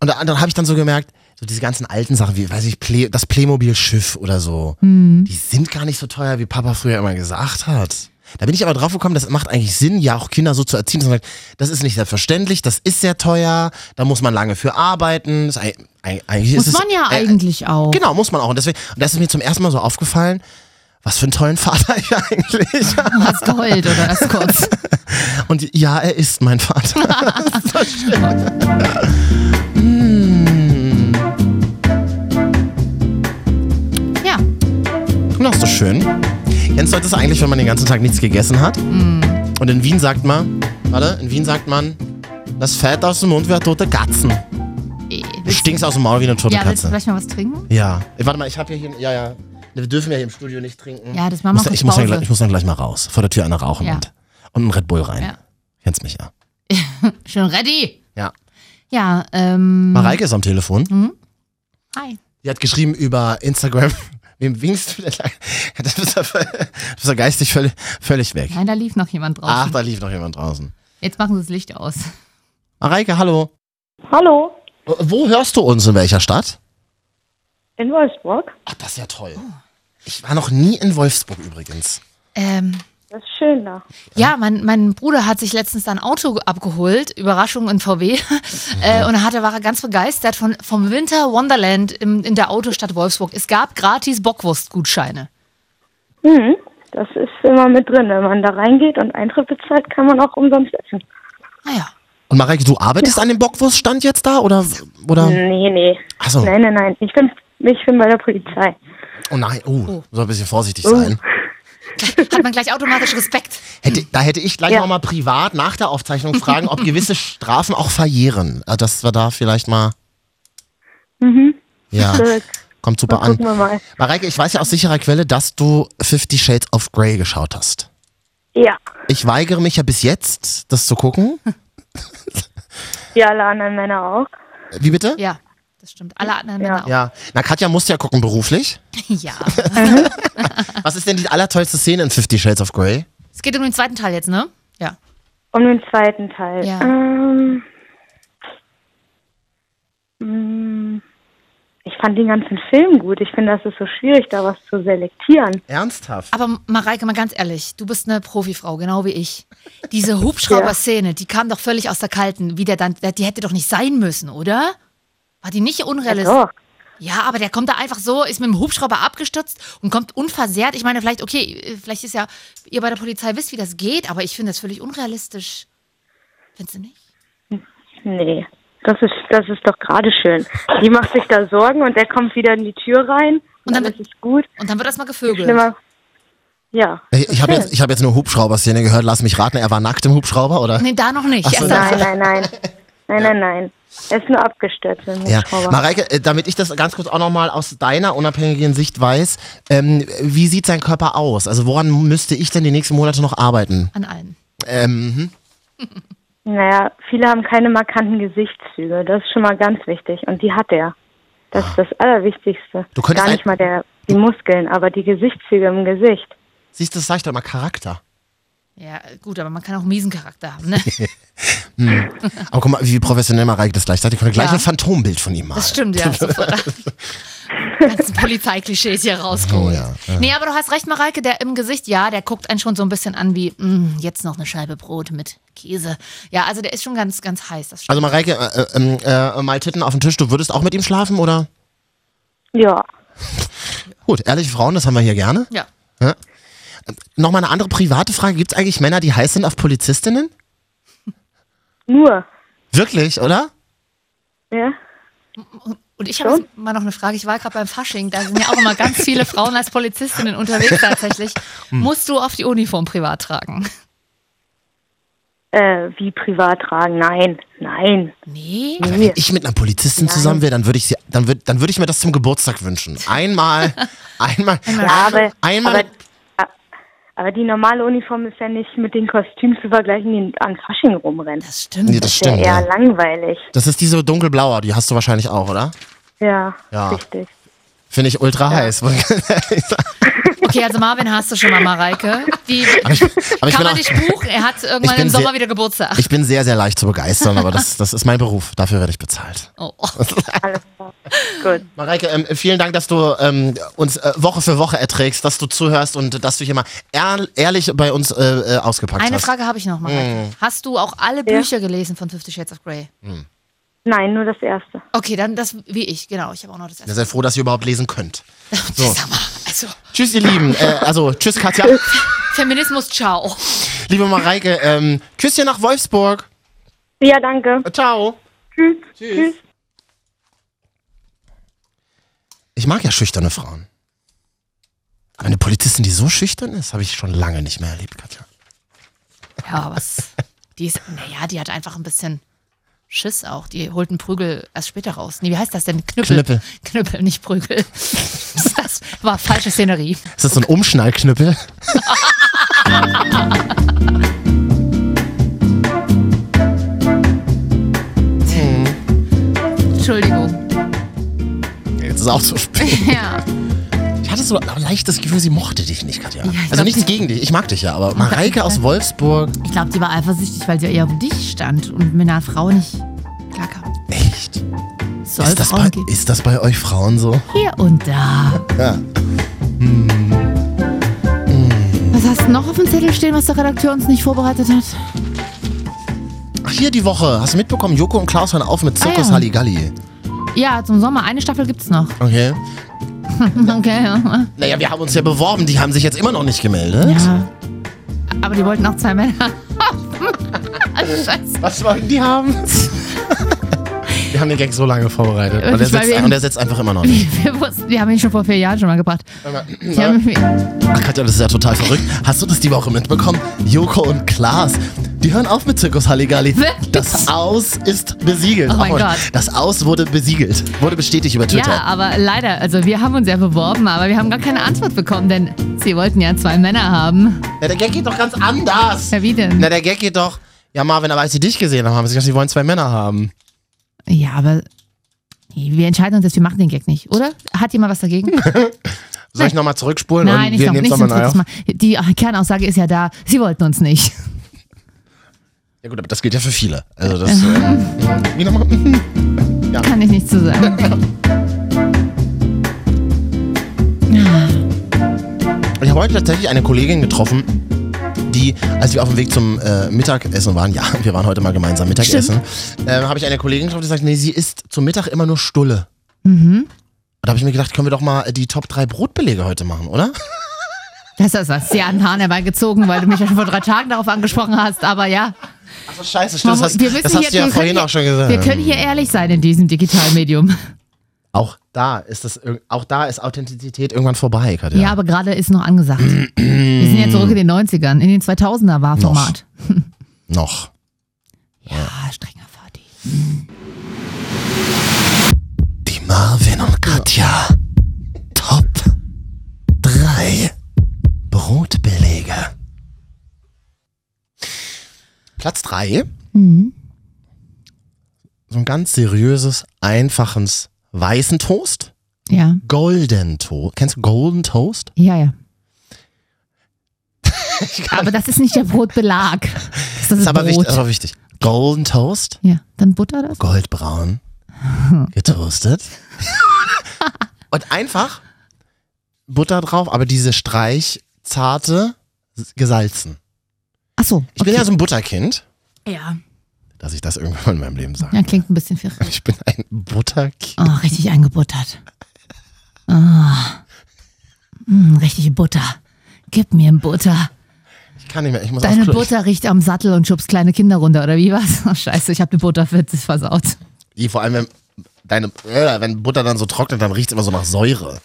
Speaker 1: Und da- dann habe ich dann so gemerkt, so diese ganzen alten Sachen, wie, weiß ich, Play, das Playmobil-Schiff oder so,
Speaker 2: Mhm.
Speaker 1: die sind gar nicht so teuer, wie Papa früher immer gesagt hat. Da bin ich aber drauf gekommen, das macht eigentlich Sinn, ja auch Kinder so zu erziehen, dass man sagt, das ist nicht selbstverständlich, das ist sehr teuer, da muss man lange für arbeiten. Das, ei- ei- eigentlich
Speaker 2: Muss
Speaker 1: ist
Speaker 2: man
Speaker 1: es,
Speaker 2: ja
Speaker 1: äh,
Speaker 2: eigentlich auch.
Speaker 1: Genau, muss man auch. Und deswegen, und das ist mir zum ersten Mal so aufgefallen, was für einen tollen Vater ich eigentlich habe.
Speaker 2: Du hast geheult oder das kurz.
Speaker 1: Und ja, er ist mein Vater. Das stimmt.
Speaker 2: Ja,
Speaker 1: Und das ist doch schön. Kennst du das eigentlich, wenn man den ganzen Tag nichts gegessen hat?
Speaker 2: Hm.
Speaker 1: Und in Wien sagt man, warte, in Wien sagt man, das Fett aus dem Mund wie eine tote Katzen.
Speaker 2: eh,
Speaker 1: Du
Speaker 2: willst-
Speaker 1: stinkst aus dem Maul wie eine tote
Speaker 2: ja, willst
Speaker 1: Katze.
Speaker 2: du vielleicht mal was trinken?
Speaker 1: Ja. Ey, Warte mal, ich habe ja hier, ja, ja. Wir dürfen ja hier im Studio nicht trinken.
Speaker 2: Ja, das machen wir
Speaker 1: muss,
Speaker 2: kurz
Speaker 1: ich, muss dann
Speaker 2: Pause.
Speaker 1: gleich, ich muss dann gleich mal raus. Vor der Tür einer rauchen
Speaker 2: Ja.
Speaker 1: und, und einen Red Bull rein.
Speaker 2: Ja. Mhm.
Speaker 1: Kennst mich ja.
Speaker 2: Schon ready?
Speaker 1: Ja.
Speaker 2: Ja, ähm,
Speaker 1: Mareike ist am Telefon.
Speaker 2: hi.
Speaker 1: Die hat geschrieben über Instagram. Wem winkst du denn? Das bist du, bist du geistig völlig, völlig weg.
Speaker 2: Nein, da lief noch jemand draußen.
Speaker 1: Ach, da lief noch jemand draußen.
Speaker 2: Jetzt machen sie das Licht aus.
Speaker 1: Mareike, hallo.
Speaker 3: Hallo,
Speaker 1: Wo hörst du uns? In welcher Stadt?
Speaker 3: in Wolfsburg.
Speaker 1: Ach, das ist ja toll.
Speaker 2: Oh.
Speaker 1: Ich war noch nie in Wolfsburg übrigens.
Speaker 2: Ähm,
Speaker 3: Das ist schön da.
Speaker 2: ja, mein, mein Bruder hat sich letztens ein Auto abgeholt, Überraschung in VW, äh, und er hatte, war er ganz begeistert von, vom Winter Wonderland im, in der Autostadt Wolfsburg. Es gab gratis Bockwurstgutscheine.
Speaker 3: Mhm. Das ist immer mit drin. Wenn man da reingeht und Eintritt bezahlt, kann man auch umsonst essen.
Speaker 2: Naja,
Speaker 1: Und Mareike, du arbeitest an dem Bockwurststand jetzt da? Oder? oder?
Speaker 3: Nee, nee.
Speaker 1: Ach so.
Speaker 3: Nein, nein, nein. Ich bin, ich bin bei der Polizei.
Speaker 1: Oh nein, oh, soll ein bisschen vorsichtig sein.
Speaker 2: hat man gleich automatisch Respekt.
Speaker 1: Hätte, da hätte ich gleich
Speaker 3: Ja.
Speaker 1: noch mal privat nach der Aufzeichnung fragen, ob gewisse Strafen auch verjähren. Äh, Dass wir da vielleicht mal. Ja,
Speaker 3: Gut.
Speaker 1: kommt super
Speaker 3: Mhm. Mal
Speaker 1: an.
Speaker 3: gucken wir mal.
Speaker 1: Mareike, ich weiß ja aus sicherer Quelle, dass du Fifty Shades of Grey geschaut hast.
Speaker 3: Ja.
Speaker 1: Ich weigere mich ja bis jetzt, das zu gucken.
Speaker 3: Wie alle anderen Männer auch.
Speaker 1: Wie bitte?
Speaker 2: Ja, das stimmt. Alle anderen Männer auch.
Speaker 1: Ja. Na, Katja musste ja gucken beruflich.
Speaker 2: Ja.
Speaker 1: Was ist denn die allertollste Szene in Fifty Shades of Grey?
Speaker 2: Es geht um den zweiten Teil jetzt, ne? Ja.
Speaker 3: Um den zweiten Teil.
Speaker 2: Ja.
Speaker 3: Ähm, mh, hm. ich fand den ganzen Film gut. Ich finde, das ist so schwierig, da was zu selektieren.
Speaker 1: Ernsthaft?
Speaker 2: Aber Mareike, mal ganz ehrlich, du bist eine Profifrau, genau wie ich. Diese Hubschrauber-Szene, die kam doch völlig aus der Kalten. Wie der dann, der- die hätte doch nicht sein müssen, oder? War die nicht unrealistisch?
Speaker 3: Doch.
Speaker 2: Ja, aber der kommt da einfach so, ist mit dem Hubschrauber abgestürzt und kommt unversehrt. Ich meine, vielleicht, okay, vielleicht ist ja, ihr bei der Polizei wisst, wie das geht, aber ich finde das völlig unrealistisch. Findest du nicht?
Speaker 3: Nee, das ist, das ist doch gerade schön. Die macht sich da Sorgen und der kommt wieder in die Tür rein
Speaker 2: Und
Speaker 3: und
Speaker 2: dann
Speaker 3: dann
Speaker 2: wird-
Speaker 3: ist es gut.
Speaker 2: Und dann wird das mal gevögelt.
Speaker 3: Schlimmer. Ja.
Speaker 1: Ich, ich habe jetzt, ich hab jetzt nur Hubschrauber-Szene gehört, lass mich raten, er war nackt im Hubschrauber, oder?
Speaker 2: Nee, da noch nicht.
Speaker 1: so,
Speaker 2: Erst
Speaker 1: da-
Speaker 2: dann-
Speaker 3: Nein, nein, nein. Nein, nein, nein. Er ist nur abgestürzt. mit dem
Speaker 1: Ja,
Speaker 3: Hubschrauber.
Speaker 1: Mareike, äh, damit ich das ganz kurz auch nochmal aus deiner unabhängigen Sicht weiß, ähm, wie sieht sein Körper aus? Also woran müsste ich denn die nächsten Monate noch arbeiten?
Speaker 2: An allen.
Speaker 1: Ähm,
Speaker 3: Naja, viele haben keine markanten Gesichtszüge. Das ist schon mal ganz wichtig. Und die hat er. Das ist das Allerwichtigste.
Speaker 1: Ah. Du könntest
Speaker 3: Gar nicht
Speaker 1: ein-
Speaker 3: mal der, die Muskeln, aber die Gesichtszüge im Gesicht.
Speaker 1: siehst du, das sag ich doch mal Charakter.
Speaker 2: Ja, gut, aber man kann auch einen miesen Charakter haben, ne?
Speaker 1: Aber guck mal, wie professionell Mareike das gleich sagt. Die konnte gleich
Speaker 2: Ja.
Speaker 1: ein Phantombild von ihm malen.
Speaker 2: Das stimmt, ja. Sofort. Ganzen Polizeiklischees hier rausgeholt.
Speaker 1: Oh ja,
Speaker 2: Nee, aber du hast recht, Mareike, der im Gesicht, ja, der guckt einen schon so ein bisschen an wie, "Mm, jetzt noch eine Scheibe Brot mit Käse. Ja, also der ist schon ganz, ganz heiß, das stimmt.
Speaker 1: Also Mareike, äh, äh, äh, äh, mal Titten auf den Tisch, du würdest auch mit ihm schlafen, oder?
Speaker 3: Ja,
Speaker 1: Gut, ehrliche Frauen, das haben wir hier gerne.
Speaker 2: ja.
Speaker 1: Nochmal eine andere private Frage. Gibt es eigentlich Männer, die heiß sind auf Polizistinnen?
Speaker 3: nur. ne?
Speaker 1: Wirklich, oder?
Speaker 3: Ja?
Speaker 2: Und ich habe jetzt mal noch eine Frage. Ich war gerade beim Fasching, da sind ja auch immer ganz viele Frauen als Polizistinnen unterwegs tatsächlich.
Speaker 1: Hm.
Speaker 2: Musst du auf die Uniform privat tragen?
Speaker 3: Äh, wie privat tragen? Nein, nein.
Speaker 2: Nee.
Speaker 1: Aber Wenn ich mit einer Polizistin zusammen wäre, dann würde ich sie, dann würde dann würde ich mir das zum Geburtstag wünschen. Einmal, einmal,
Speaker 3: Ja, aber,
Speaker 1: einmal.
Speaker 3: aber, aber die normale Uniform ist ja nicht mit den Kostümen zu vergleichen, die an Fasching rumrennen.
Speaker 2: Das stimmt.
Speaker 1: nee, das
Speaker 3: ist ja
Speaker 1: stimmt. Ja.
Speaker 3: eher langweilig.
Speaker 1: Das ist diese dunkelblaue, die hast du wahrscheinlich auch, oder?
Speaker 3: Ja,
Speaker 1: Ja.
Speaker 3: richtig.
Speaker 1: Finde ich ultra heiß.
Speaker 2: Okay, also Marvin hast du schon mal, Mareike. Die
Speaker 1: aber ich, aber ich,
Speaker 2: kann
Speaker 1: bin
Speaker 2: man
Speaker 1: auch,
Speaker 2: nicht buchen. Er hat
Speaker 1: Ich
Speaker 2: irgendwann
Speaker 1: bin
Speaker 2: im Sommer
Speaker 1: sehr-
Speaker 2: wieder Geburtstag.
Speaker 1: ich bin sehr, sehr leicht zu begeistern, aber das, das ist mein Beruf. Dafür werde ich bezahlt.
Speaker 2: Oh.
Speaker 3: Alles klar. Gut.
Speaker 1: Mareike, ähm, vielen Dank, dass du ähm, uns äh, Woche für Woche erträgst, dass du zuhörst und dass du hier mal ehr ehrlich bei uns äh, äh, ausgepackt
Speaker 2: Eine
Speaker 1: hast.
Speaker 2: Frage habe ich noch,
Speaker 1: Hm.
Speaker 2: Mareike. Hast du auch alle Bücher gelesen von Fifty Shades of Grey?
Speaker 3: Nein, nur das Erste.
Speaker 2: Okay, dann das wie ich, genau. Ich habe auch noch das
Speaker 1: Ihr
Speaker 2: erste.
Speaker 1: seid froh, dass ihr überhaupt lesen könnt. So.
Speaker 2: Sag mal, also,
Speaker 1: Tschüss, ihr Lieben. Äh, also, tschüss, Katja.
Speaker 2: Feminismus, ciao.
Speaker 1: Liebe Mareike, ähm, Küsschen nach Wolfsburg.
Speaker 3: Ja, danke.
Speaker 1: Äh, Ciao.
Speaker 3: Tschüss.
Speaker 1: Tschüss. Ich mag ja schüchterne Frauen. Aber eine Polizistin, die so schüchtern ist, habe ich schon lange nicht mehr erlebt, Katja.
Speaker 2: Ja, aber es- die ist, naja, die hat einfach ein bisschen Schiss auch. Die holt einen Prügel erst später raus. Nee, wie heißt das denn? Knüppel.
Speaker 1: Knüppel.
Speaker 2: Knüppel, nicht Prügel. Das war falsche Szenerie.
Speaker 1: Ist das so ein Umschnallknüppel? Hm.
Speaker 2: Entschuldigung.
Speaker 1: Jetzt ist auch zu spät.
Speaker 2: Ja.
Speaker 1: Ich hatte so ein leichtes Gefühl, sie mochte dich nicht, Katja. also
Speaker 2: glaub,
Speaker 1: nicht gegen dich, ich mag dich ja, aber Mareike aus Wolfsburg.
Speaker 2: Ich glaube, die war eifersüchtig, weil sie eher um dich stand und mit einer Frau nicht klarkam.
Speaker 1: Echt?
Speaker 2: Es Soll
Speaker 1: Ist das,
Speaker 2: Frauen
Speaker 1: bei,
Speaker 2: geben.
Speaker 1: ist das bei euch Frauen so?
Speaker 2: Hier und da.
Speaker 1: Ja.
Speaker 2: Was hast du noch auf dem Zettel stehen, was der Redakteur uns nicht vorbereitet hat?
Speaker 1: Ach, hier die Woche. Hast du mitbekommen, Joko und Klaus hören auf mit Zirkus
Speaker 2: Ah, ja.
Speaker 1: Halligalli.
Speaker 2: Ja, zum Sommer. Eine Staffel gibt's noch.
Speaker 1: Okay.
Speaker 2: Okay, ja.
Speaker 1: Naja, wir haben uns ja beworben, die haben sich jetzt immer noch nicht gemeldet.
Speaker 2: ja. Aber die wollten auch zwei Männer. Scheiße.
Speaker 1: Was wollten die haben? wir haben den Gag so lange vorbereitet.
Speaker 2: Äh,
Speaker 1: Und er
Speaker 2: ich weiß
Speaker 1: setzt,
Speaker 2: nicht.
Speaker 1: und er setzt einfach immer noch nicht.
Speaker 2: Wir wussten, die haben ihn schon vor vier Jahren schon mal gebracht. Die haben,
Speaker 1: Ach Katja, das ist ja total verrückt. Hast du das die Woche mitbekommen? Joko und Klaas, die hören auf mit Zirkus Halligalli.
Speaker 2: Wirklich?
Speaker 1: Das Aus ist besiegelt.
Speaker 2: Oh mein
Speaker 1: Auch-
Speaker 2: Gott.
Speaker 1: Das Aus wurde besiegelt. Wurde bestätigt über Twitter.
Speaker 2: ja, aber leider, also wir haben uns ja beworben, aber wir haben gar keine Antwort bekommen, denn sie wollten ja zwei Männer haben.
Speaker 1: Na, der Gag geht doch ganz anders.
Speaker 2: Ja, wie denn?
Speaker 1: Na, der Gag geht doch... Ja, Marvin, aber als sie dich gesehen haben, haben sie gesagt, sie wollen zwei Männer haben.
Speaker 2: Ja, aber nee, wir entscheiden uns jetzt, wir machen den Gag nicht, oder? Hat jemand was dagegen?
Speaker 1: Soll ich nochmal zurückspulen?
Speaker 2: Nein,
Speaker 1: und
Speaker 2: ich
Speaker 1: wir
Speaker 2: glaube
Speaker 1: nehmen's
Speaker 2: nicht.
Speaker 1: nochmal
Speaker 2: sonst
Speaker 1: nach?
Speaker 2: wird's mal- Die äh, Kernaussage ist ja da, sie wollten uns nicht.
Speaker 1: Ja gut, aber das gilt ja für viele. Also das. Äh, wie nochmal?
Speaker 2: Kann ich nicht zu sagen.
Speaker 1: Ich habe heute tatsächlich eine Kollegin getroffen, die, als wir auf dem Weg zum äh, Mittagessen waren, ja, wir waren heute mal gemeinsam Mittagessen, ähm, habe ich eine Kollegin getroffen, die sagt, nee, sie isst zum Mittag immer nur Stulle.
Speaker 2: Mhm.
Speaker 1: Und da habe ich mir gedacht, können wir doch mal äh, die Top 3 Brotbelege heute machen, oder?
Speaker 2: Das ist was sehr an den Haaren herbeigezogen, weil du mich ja schon vor drei Tagen darauf angesprochen hast, aber ja.
Speaker 1: Achso, scheiße, stimmt, das
Speaker 2: Man muss-
Speaker 1: hast,
Speaker 2: wir müssen
Speaker 1: das hast
Speaker 2: hier-
Speaker 1: du ja
Speaker 2: wir
Speaker 1: vorhin
Speaker 2: können
Speaker 1: auch schon gesagt.
Speaker 2: Wir können hier ehrlich sein in diesem Digitalmedium.
Speaker 1: auch da ist das, irg- auch da ist Authentizität irgendwann vorbei, Katja.
Speaker 2: Ja, aber gerade ist noch angesagt. Wir sind ja zurück in den 90ern. In den 2000er war
Speaker 1: Noch.
Speaker 2: Format.
Speaker 1: Noch.
Speaker 2: Ja, strenger Vati.
Speaker 1: Marvin und Katja. Top 3 Brotbelege. Platz 3.
Speaker 2: Mhm.
Speaker 1: So ein ganz seriöses, einfaches weißen Toast.
Speaker 2: Ja.
Speaker 1: Golden Toast. Kennst du Golden Toast?
Speaker 2: Ja, ja. aber das ist nicht der Brotbelag. Das ist, das
Speaker 1: ist aber also
Speaker 2: Brot.
Speaker 1: wichtig. Ist aber wichtig. Golden Toast.
Speaker 2: Ja, dann Butter das?
Speaker 1: goldbraun getoastet. und einfach Butter drauf, aber diese streichzarte gesalzen.
Speaker 2: Ach so.
Speaker 1: Ich bin ja so ein Butterkind,
Speaker 2: Ja.
Speaker 1: dass ich das irgendwann in meinem Leben sage.
Speaker 2: Ja, klingt ein bisschen viel.
Speaker 1: Ich bin ein Butterkind.
Speaker 2: Oh, richtig eingebuttert. Ah. Mm, richtig Butter. Gib mir Butter.
Speaker 1: Ich kann nicht mehr, ich muss
Speaker 2: Deine
Speaker 1: aufs Klo.
Speaker 2: Butter riecht am Sattel und schubst kleine Kinder runter, oder wie was? Oh, scheiße, ich habe eine Butterwitze versaut.
Speaker 1: Ich, vor allem, wenn deine, äh, wenn Butter dann so trocknet, dann riecht es immer so nach Säure.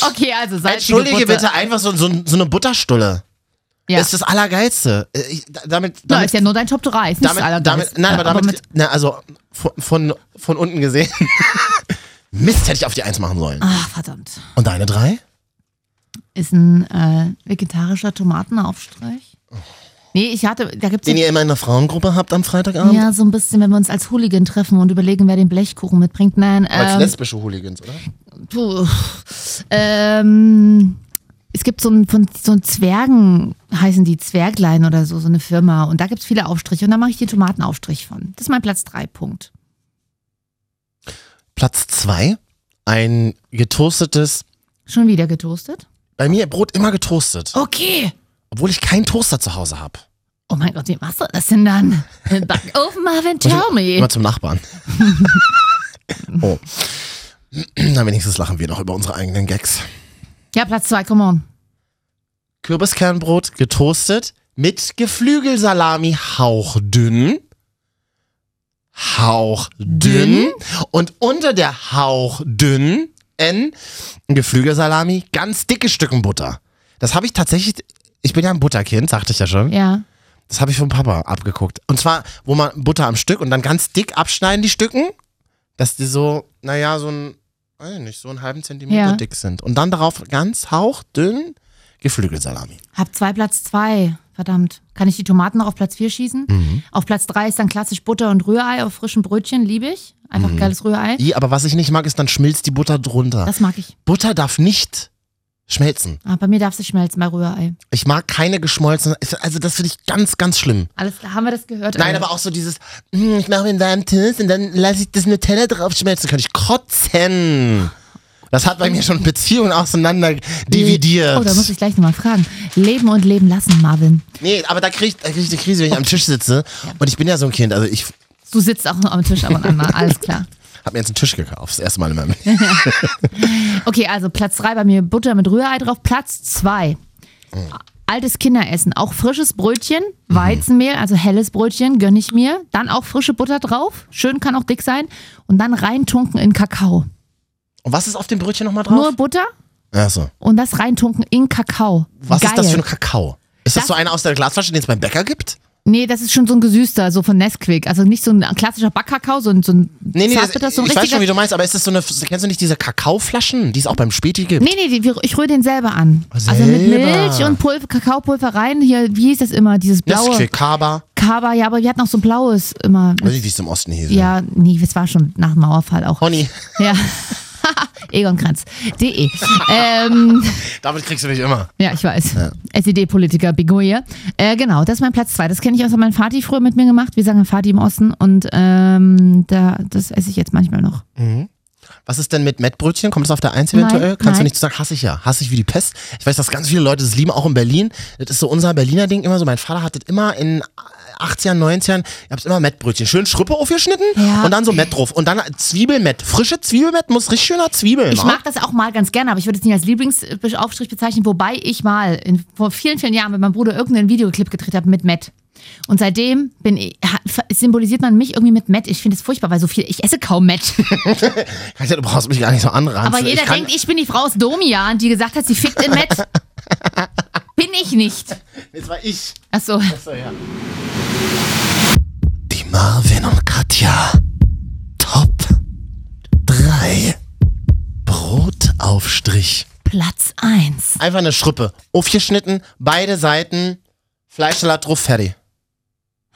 Speaker 2: Okay, also salzige
Speaker 1: Entschuldige
Speaker 2: Butter.
Speaker 1: bitte, einfach so, so, so eine Butterstulle.
Speaker 2: Ja.
Speaker 1: Ist das Allergeilste. Äh, Ich, da- damit,
Speaker 2: Na,
Speaker 1: damit
Speaker 2: ist ja nur dein Top 3. Ist nicht das
Speaker 1: damit,
Speaker 2: Allergeilste.
Speaker 1: damit, nein, aber damit, na, also von, von, von unten gesehen. Mist, hätte ich auf die Eins machen sollen.
Speaker 2: Ach, Ah, verdammt.
Speaker 1: Und deine drei?
Speaker 2: Ist ein äh, vegetarischer Tomatenaufstrich? Nee, ich hatte, da gibt's
Speaker 1: Den
Speaker 2: ja,
Speaker 1: ihr immer in der Frauengruppe habt am Freitagabend?
Speaker 2: ja so ein bisschen, wenn wir uns als Hooligan treffen und überlegen, wer den Blechkuchen mitbringt. Nein,
Speaker 1: Als
Speaker 2: ähm,
Speaker 1: lesbische Hooligans, oder?
Speaker 2: du, ähm, es gibt so ein, von so ein Zwergen, heißen die Zwerglein oder so, so eine Firma. Und da gibt's viele Aufstriche und da mache ich den Tomatenaufstrich von. Das ist mein Platz 3 Punkt.
Speaker 1: Platz zwei. Ein getoastetes,
Speaker 2: Schon wieder getoastet?
Speaker 1: bei mir Brot immer getoastet.
Speaker 2: Okay.
Speaker 1: Obwohl ich keinen Toaster zu Hause habe.
Speaker 2: Oh mein Gott, wie machst du das denn dann? Im Backofen, Marvin, tell me.
Speaker 1: Immer zum Nachbarn. oh. Na, wenigstens lachen wir noch über unsere eigenen Gags.
Speaker 2: Ja, Platz 2, come on.
Speaker 1: Kürbiskernbrot getoastet mit Geflügelsalami hauchdünn. Hauchdünn. Und unter der hauchdünn N Geflügelsalami ganz dicke Stücken Butter. Das habe ich tatsächlich, ich bin ja ein Butterkind, sagte ich ja schon.
Speaker 2: Ja.
Speaker 1: Das habe ich vom Papa abgeguckt. Und zwar, wo man Butter am Stück und dann ganz dick abschneiden die Stücken, dass die so, naja, so ein, weiß ich nicht, so einen halben Zentimeter
Speaker 2: Ja.
Speaker 1: dick sind. Und dann darauf ganz hauchdünn Geflügelsalami.
Speaker 2: Hab zwei Platz zwei. Verdammt. Kann ich die Tomaten noch auf Platz vier schießen?
Speaker 1: Mhm.
Speaker 2: Auf Platz drei ist dann klassisch Butter und Rührei auf frischen Brötchen. Liebe ich. Einfach
Speaker 1: Mhm.
Speaker 2: geiles Rührei.
Speaker 1: I, aber was ich nicht mag, ist, dann schmilzt die Butter drunter.
Speaker 2: Das mag ich.
Speaker 1: Butter darf nicht schmelzen.
Speaker 2: Aber bei mir darf sie schmelzen bei Rührei.
Speaker 1: Ich mag keine geschmolzene, also das finde ich ganz, ganz schlimm.
Speaker 2: Alles klar, haben wir das gehört?
Speaker 1: Nein,
Speaker 2: ey?
Speaker 1: aber auch so dieses, hm, ich mache mir einen warmen Toast und dann lasse ich das Nutella drauf schmelzen, kann ich kotzen. Das hat bei mir schon Beziehungen auseinander dividiert.
Speaker 2: Oh, da muss ich gleich nochmal fragen. Leben und leben lassen, Marvin.
Speaker 1: nee, aber da kriege ich, da krieg ich die Krise, wenn ich am Tisch sitze. Und ich bin ja so ein Kind, also ich
Speaker 2: Du sitzt auch noch am Tisch ab und an mal. Alles klar.
Speaker 1: habe mir jetzt einen Tisch gekauft, das erste Mal in meinem Leben.
Speaker 2: Okay, also Platz drei bei mir Butter mit Rührei drauf. Platz zwei Altes Kinderessen, auch frisches Brötchen,
Speaker 1: Mhm.
Speaker 2: Weizenmehl, also helles Brötchen, gönne ich mir. Dann auch frische Butter drauf, schön kann auch dick sein. Und dann reintunken in Kakao.
Speaker 1: Und was ist auf dem Brötchen nochmal drauf?
Speaker 2: Nur Butter
Speaker 1: Achso.
Speaker 2: und das reintunken in Kakao.
Speaker 1: Was
Speaker 2: Geil.
Speaker 1: ist das für ein Kakao? Ist das,
Speaker 2: Das-
Speaker 1: so einer aus der Glasflasche, den es beim Bäcker gibt?
Speaker 2: Nee, das ist schon so ein gesüßter, so von Nesquik. Also nicht so ein klassischer Backkakao, so ein, so ein
Speaker 1: Nee, nee, das,
Speaker 2: Zartbitter, so ein
Speaker 1: ich weiß schon,
Speaker 2: richtiger.
Speaker 1: wie du meinst, aber ist das so eine, kennst du nicht diese Kakaoflaschen, die es auch beim Späti gibt?
Speaker 2: Nee, nee, die, wir- ich rühre den selber an. Also mit
Speaker 1: Selber.
Speaker 2: Milch und Pulver, Kakaopulver rein. Hier, wie hieß das immer? Dieses blaue.
Speaker 1: Nesquik, Kaba,
Speaker 2: Kaba, ja, aber die hat noch so ein blaues immer.
Speaker 1: weiß ich, wie es im Osten hieß.
Speaker 2: Ja, nee, das war schon nach dem Mauerfall auch.
Speaker 1: Honey,
Speaker 2: Ja. Egonkranz.de. ähm,
Speaker 1: damit kriegst du mich immer.
Speaker 2: ja, ich weiß. E SED-Politiker Bigoye. Äh, genau, das ist mein Platz zwei. Das kenne ich aus meinem Vati früher mit mir gemacht. Wir sagen Vati im Osten und ähm, da, das esse ich jetzt manchmal noch.
Speaker 1: Was ist denn mit Mettbrötchen? Kommt das auf der Eins eventuell?
Speaker 2: Nein,
Speaker 1: Kannst du
Speaker 2: nein.
Speaker 1: nicht sagen, hasse ich ja. Hasse ich wie die Pest. Ich weiß, dass ganz viele Leute das lieben, auch in Berlin. Das ist so unser Berliner Ding immer so. Mein Vater hat das immer in 80ern, 90ern, ihr habt immer Mettbrötchen. Schön Schrippe aufgeschnitten
Speaker 2: Ja.
Speaker 1: und dann so Mett drauf. Und dann Zwiebelmett. Frische Zwiebelmett muss richtig schöner Zwiebeln.
Speaker 2: Ich mag das auch mal ganz gerne, aber ich würde es nicht als Lieblingsaufstrich bezeichnen, wobei ich mal in, vor vielen, vielen Jahren mit meinem Bruder irgendeinen Videoclip gedreht habe mit Matt. Und seitdem bin ich, ha- symbolisiert man mich irgendwie mit Matt. Ich finde es furchtbar, weil so viel, ich esse kaum Matt.
Speaker 1: Ich dachte, du brauchst mich gar nicht so anranzen.
Speaker 2: Aber jeder
Speaker 1: Also ich kann,
Speaker 2: denkt, ich bin die Frau aus Domian, die gesagt hat, sie fickt in Met. bin ich nicht.
Speaker 1: Jetzt war ich.
Speaker 2: Achso,
Speaker 1: Die Marvin und Katja. Top Aufstrich.
Speaker 2: Platz 1.
Speaker 1: Einfach eine Schrippe. Aufgeschnitten, beide Seiten, Fleischsalat drauf, fertig.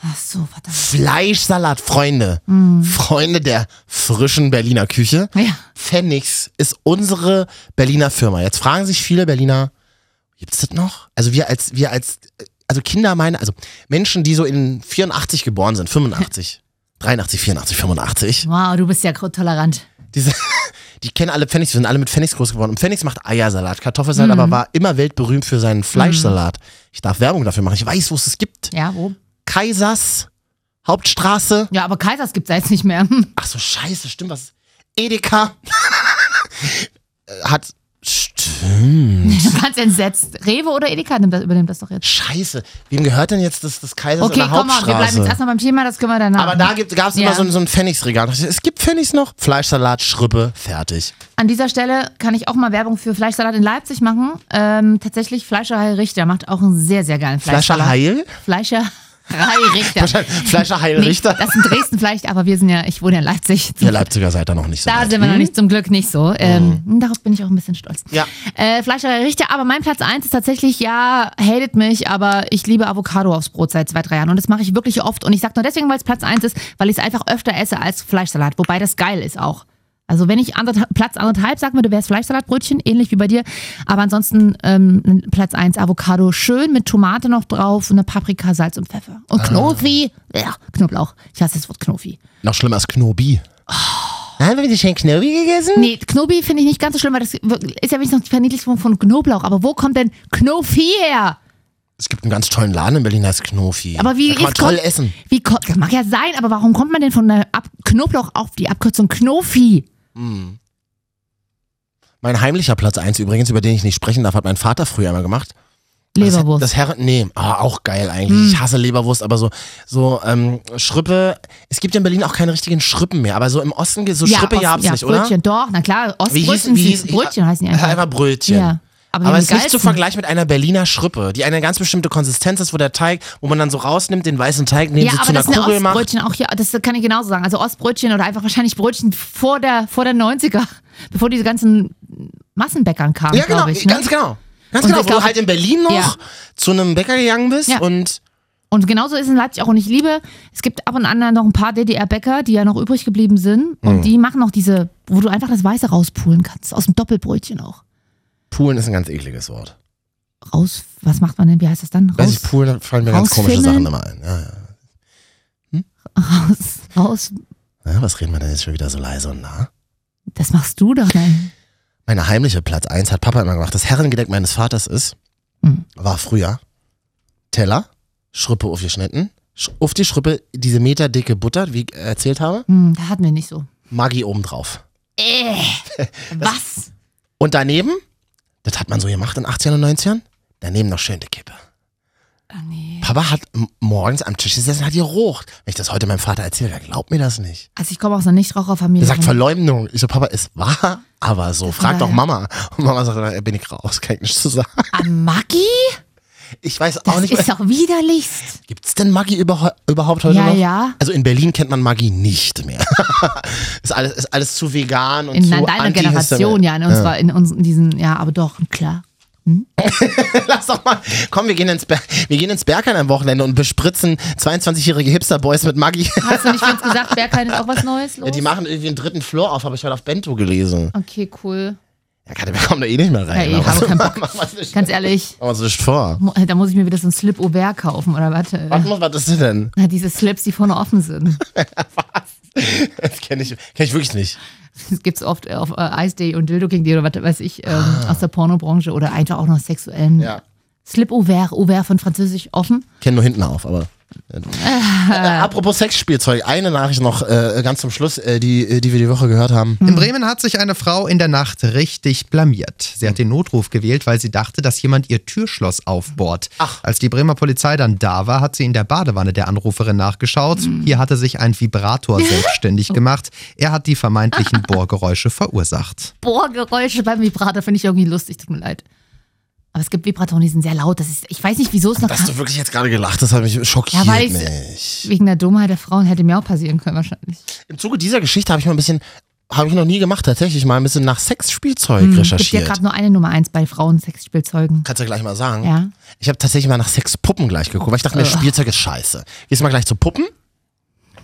Speaker 2: Ach so, verdammt.
Speaker 1: Fleischsalat, Freunde. Freunde der frischen Berliner Küche.
Speaker 2: Ja.
Speaker 1: Pfennigs ist unsere Berliner Firma. Jetzt fragen sich viele Berliner, gibt's das noch? Also wir als, wir als, also Kinder meine, also Menschen, die so in 84 geboren sind, 85, 83, 84, 85,
Speaker 2: Wow, du bist ja tolerant.
Speaker 1: diese, die kennen alle Pfennigs, wir sind alle mit Pfennigs groß geworden. Und Pfennigs macht Eiersalat, Kartoffelsalat, aber war immer weltberühmt für seinen Fleischsalat. Ich darf Werbung dafür machen, ich weiß, wo es es gibt.
Speaker 2: Ja, wo?
Speaker 1: Kaisers, Hauptstraße.
Speaker 2: Ja, aber Kaisers gibt's ja jetzt nicht mehr.
Speaker 1: Ach so, scheiße, stimmt was. Edeka hat, stimmt.
Speaker 2: Du warst entsetzt. Rewe oder Edeka nimmt das, übernimmt das doch jetzt.
Speaker 1: Scheiße, wem gehört denn jetzt das, das Kaisers in
Speaker 2: Okay,
Speaker 1: der
Speaker 2: komm mal, wir bleiben
Speaker 1: Hauptstraße?
Speaker 2: jetzt erstmal beim Thema, das können wir danach.
Speaker 1: aber da gab es
Speaker 2: Ja.
Speaker 1: immer so, ein- so ein Pfennigsregal. Es gibt Pfennigs noch. Fleischsalat, Schrippe, fertig.
Speaker 2: An dieser Stelle kann ich auch mal Werbung für Fleischsalat in Leipzig machen. Ähm, tatsächlich, Fleischer Heil Richter macht auch einen sehr, sehr geilen
Speaker 1: Fleischer
Speaker 2: Fleischsalat.
Speaker 1: Heil?
Speaker 2: Fleischer Heil Richter.
Speaker 1: Fleischer Heil
Speaker 2: Nee,
Speaker 1: Richter?
Speaker 2: Das ist in Dresden vielleicht, aber wir sind ja, ich wohne ja in Leipzig.
Speaker 1: Ihr Leipziger seid da noch nicht so
Speaker 2: Da
Speaker 1: weit.
Speaker 2: sind wir noch nicht, zum Glück nicht so. Ähm, Darauf bin ich auch ein bisschen stolz.
Speaker 1: Hm? Ja.
Speaker 2: Äh, Fleischer Richter, aber mein Platz eins ist tatsächlich, ja, hatet mich, aber ich liebe Avocado aufs Brot seit zwei, drei Jahren. Und das mache ich wirklich oft. Und ich sage nur deswegen, weil es Platz eins ist, weil ich es einfach öfter esse als Fleischsalat. Wobei das geil ist auch. Also wenn ich anderthalb, Platz anderthalb sagen würde, wäre es Fleischsalatbrötchen, ähnlich wie bei dir. Aber ansonsten ähm, Platz eins Avocado, schön mit Tomate noch drauf, eine Paprika, Salz und Pfeffer. Und Knofi, ja, Knoblauch. Ich hasse das Wort Knofi.
Speaker 1: Noch schlimmer als Knobi. Haben wir die schön Knobi gegessen?
Speaker 2: Oh. Nee, Knobi finde ich nicht ganz so schlimm, weil das ist ja wenigstens noch die Verniedlichung von Knoblauch. Aber wo kommt denn Knofi her?
Speaker 1: Es gibt einen ganz tollen Laden in Berlin, der heißt Knofi.
Speaker 2: Aber wie
Speaker 1: da kann man
Speaker 2: ist-
Speaker 1: toll
Speaker 2: kommt-
Speaker 1: essen.
Speaker 2: Wie kommt, das mag ja sein, aber warum kommt man denn von der Ab Knoblauch auf die Abkürzung Knofi?
Speaker 1: Mein heimlicher Platz eins übrigens, über den ich nicht sprechen darf, hat mein Vater früher immer gemacht.
Speaker 2: Leberwurst. Hm.
Speaker 1: Das, das Herren, nee, ah, auch geil eigentlich. Ich hasse Leberwurst, aber so, so ähm, Schrippe. Es gibt ja in Berlin auch keine richtigen Schrippen mehr, aber so im Osten, ge- so Schrippe
Speaker 2: Ost-
Speaker 1: ihr habt's nicht, oder?
Speaker 2: Brötchen, doch, na klar,
Speaker 1: Wie
Speaker 2: Ostbrötchen
Speaker 1: hießen, wie hieß,
Speaker 2: sind- Brötchen heißen die einfach.
Speaker 1: Einfach Brötchen.
Speaker 2: Ja. Aber
Speaker 1: Aber,
Speaker 2: die
Speaker 1: es ist
Speaker 2: sind die
Speaker 1: nicht zu
Speaker 2: geilsten.
Speaker 1: vergleichen mit einer Berliner Schrippe, die eine ganz bestimmte Konsistenz ist, wo der Teig, wo man dann so rausnimmt, den weißen Teig, den
Speaker 2: Ja,
Speaker 1: sie
Speaker 2: aber
Speaker 1: zu einer
Speaker 2: das sind ja
Speaker 1: Kugel macht.
Speaker 2: Ostbrötchen auch hier, das kann ich genauso sagen. Also Ostbrötchen oder einfach wahrscheinlich Brötchen vor der, vor der 90er, bevor diese ganzen Massenbäckern kamen,
Speaker 1: Ja, genau,
Speaker 2: glaube ich. Ne?
Speaker 1: ganz genau. Ganz
Speaker 2: Und
Speaker 1: genau,
Speaker 2: ich
Speaker 1: wo du
Speaker 2: glaub-
Speaker 1: halt in Berlin noch
Speaker 2: Ja.
Speaker 1: zu einem Bäcker gegangen bist
Speaker 2: Ja.
Speaker 1: und
Speaker 2: Und genauso ist es in Leipzig auch. Und ich liebe, es gibt ab und an noch ein paar DDR-Bäcker, die ja noch übrig geblieben sind.
Speaker 1: Mhm.
Speaker 2: Und die machen noch diese, wo du einfach das Weiße rauspulen kannst. Aus dem Doppelbrötchen auch.
Speaker 1: Poolen ist ein ganz ekliges Wort.
Speaker 2: Raus, was macht man denn? Wie heißt das dann?
Speaker 1: Weiß ich,
Speaker 2: Raus,
Speaker 1: Poolen fallen mir ganz komische
Speaker 2: Rausfimmeln?
Speaker 1: Sachen immer ein. Ja, ja.
Speaker 2: raus, raus.
Speaker 1: Na, was reden wir denn jetzt schon wieder so leise und nah?
Speaker 2: Das machst du doch. Nein.
Speaker 1: Meine heimliche Platz 1 hat Papa immer gemacht. Das Herrengedeck meines Vaters ist,
Speaker 2: Mhm.
Speaker 1: war früher Teller, Schrippe aufgeschnitten, sch- auf die Schrippe diese meterdicke Butter, wie ich erzählt habe,
Speaker 2: Hm, da hatten wir nicht so.
Speaker 1: Maggi obendrauf.
Speaker 2: Äh, was?
Speaker 1: Und daneben, das hat man so gemacht in 18 und 19, daneben noch schön die Kippe.
Speaker 2: Ah, nee.
Speaker 1: Papa hat m- morgens am Tisch gesessen, hat gerucht. Wenn ich das heute meinem Vater erzähle, der glaubt mir das nicht.
Speaker 2: Also ich komme aus einer Nichtraucherfamilie.
Speaker 1: Er sagt Verleumdung. Ich so, Papa, es war Mhm. aber so. Frag
Speaker 2: war
Speaker 1: doch
Speaker 2: ja.
Speaker 1: Mama. Und Mama sagt, "Na, bin ich raus, kann ich nichts zu sagen.
Speaker 2: An Maggi?
Speaker 1: Ich weiß auch
Speaker 2: Das
Speaker 1: nicht.
Speaker 2: ist doch widerlichst.
Speaker 1: Gibt's denn Maggi überho- überhaupt heute
Speaker 2: Ja,
Speaker 1: noch?
Speaker 2: ja.
Speaker 1: Also in Berlin kennt man Maggi nicht mehr. ist, alles, ist alles zu vegan und
Speaker 2: In
Speaker 1: zu
Speaker 2: deiner
Speaker 1: antihistaminisch.
Speaker 2: Generation, ja. In, uns war in, uns, in diesen, ja, aber doch, klar.
Speaker 1: Lass doch mal. Komm, wir gehen ins, Ber wir gehen ins Bergheim am Wochenende und bespritzen 22-jährige Hipster-Boys mit Maggi.
Speaker 2: Hast du nicht ganz gesagt, Bergheim ist auch was Neues los?
Speaker 1: Ja, die machen irgendwie einen dritten Floor auf, habe ich heute auf Bento gelesen.
Speaker 2: Okay, cool.
Speaker 1: Ja, Katja, wir kommen da eh nicht mehr rein.
Speaker 2: Ja, eh,
Speaker 1: aber
Speaker 2: habe
Speaker 1: so-
Speaker 2: keinen Bock.
Speaker 1: Machen wir nicht- machen
Speaker 2: Ganz ehrlich,
Speaker 1: wir uns nicht vor.
Speaker 2: mu- äh, da muss ich mir wieder so ein Slip Aubert kaufen oder was?
Speaker 1: Was, muss, was ist denn?
Speaker 2: Na, diese Slips, die vorne offen sind.
Speaker 1: Das kenne ich, kenn ich wirklich nicht.
Speaker 2: Das gibt's oft äh, auf äh, Ice Day und Dildo King Day oder was weiß ich ähm, aus der Pornobranche oder einfach auch noch sexuellen.
Speaker 1: Ah. Ja.
Speaker 2: Slip Aubert, Aubert von Französisch offen.
Speaker 1: Kenne nur hinten auf, aber. Äh, apropos Sexspielzeug, eine Nachricht noch äh, ganz zum Schluss, äh, die, äh, die wir die Woche gehört haben.
Speaker 2: Mhm.
Speaker 4: In Bremen hat sich eine Frau in der Nacht richtig blamiert. Sie hat den Notruf gewählt, weil sie dachte, dass jemand ihr Türschloss aufbohrt.
Speaker 1: Ach.
Speaker 4: Als die Bremer Polizei dann da war, hat sie in der Badewanne der Anruferin nachgeschaut. Hier hatte sich ein Vibrator selbstständig gemacht. Er hat die vermeintlichen Bohrgeräusche verursacht.
Speaker 2: Bohrgeräusche beim Vibrator finde ich irgendwie lustig, tut mir leid. Aber es gibt Vibratoren, die sind sehr laut. Das ist, ich weiß nicht, wieso es noch
Speaker 1: Dass du wirklich jetzt gerade gelacht hast, hat mich schockiert.
Speaker 2: Ja, weil ich's-
Speaker 1: mich.
Speaker 2: wegen der Dummheit der Frauen hätte mir auch passieren können wahrscheinlich.
Speaker 1: Im Zuge dieser Geschichte habe ich mal ein bisschen Habe ich noch nie gemacht, tatsächlich mal ein bisschen nach Sexspielzeug
Speaker 2: Hm, Gibt ja
Speaker 1: recherchiert.
Speaker 2: gerade nur eine Nummer eins bei Frauensexspielzeugen.
Speaker 1: Kannst du gleich mal sagen.
Speaker 2: Ja.
Speaker 1: Ich habe tatsächlich mal nach Sexpuppen gleich geguckt, weil ich dachte mir,
Speaker 2: Ugh.
Speaker 1: Spielzeug ist scheiße. Gehst mal gleich zu Puppen?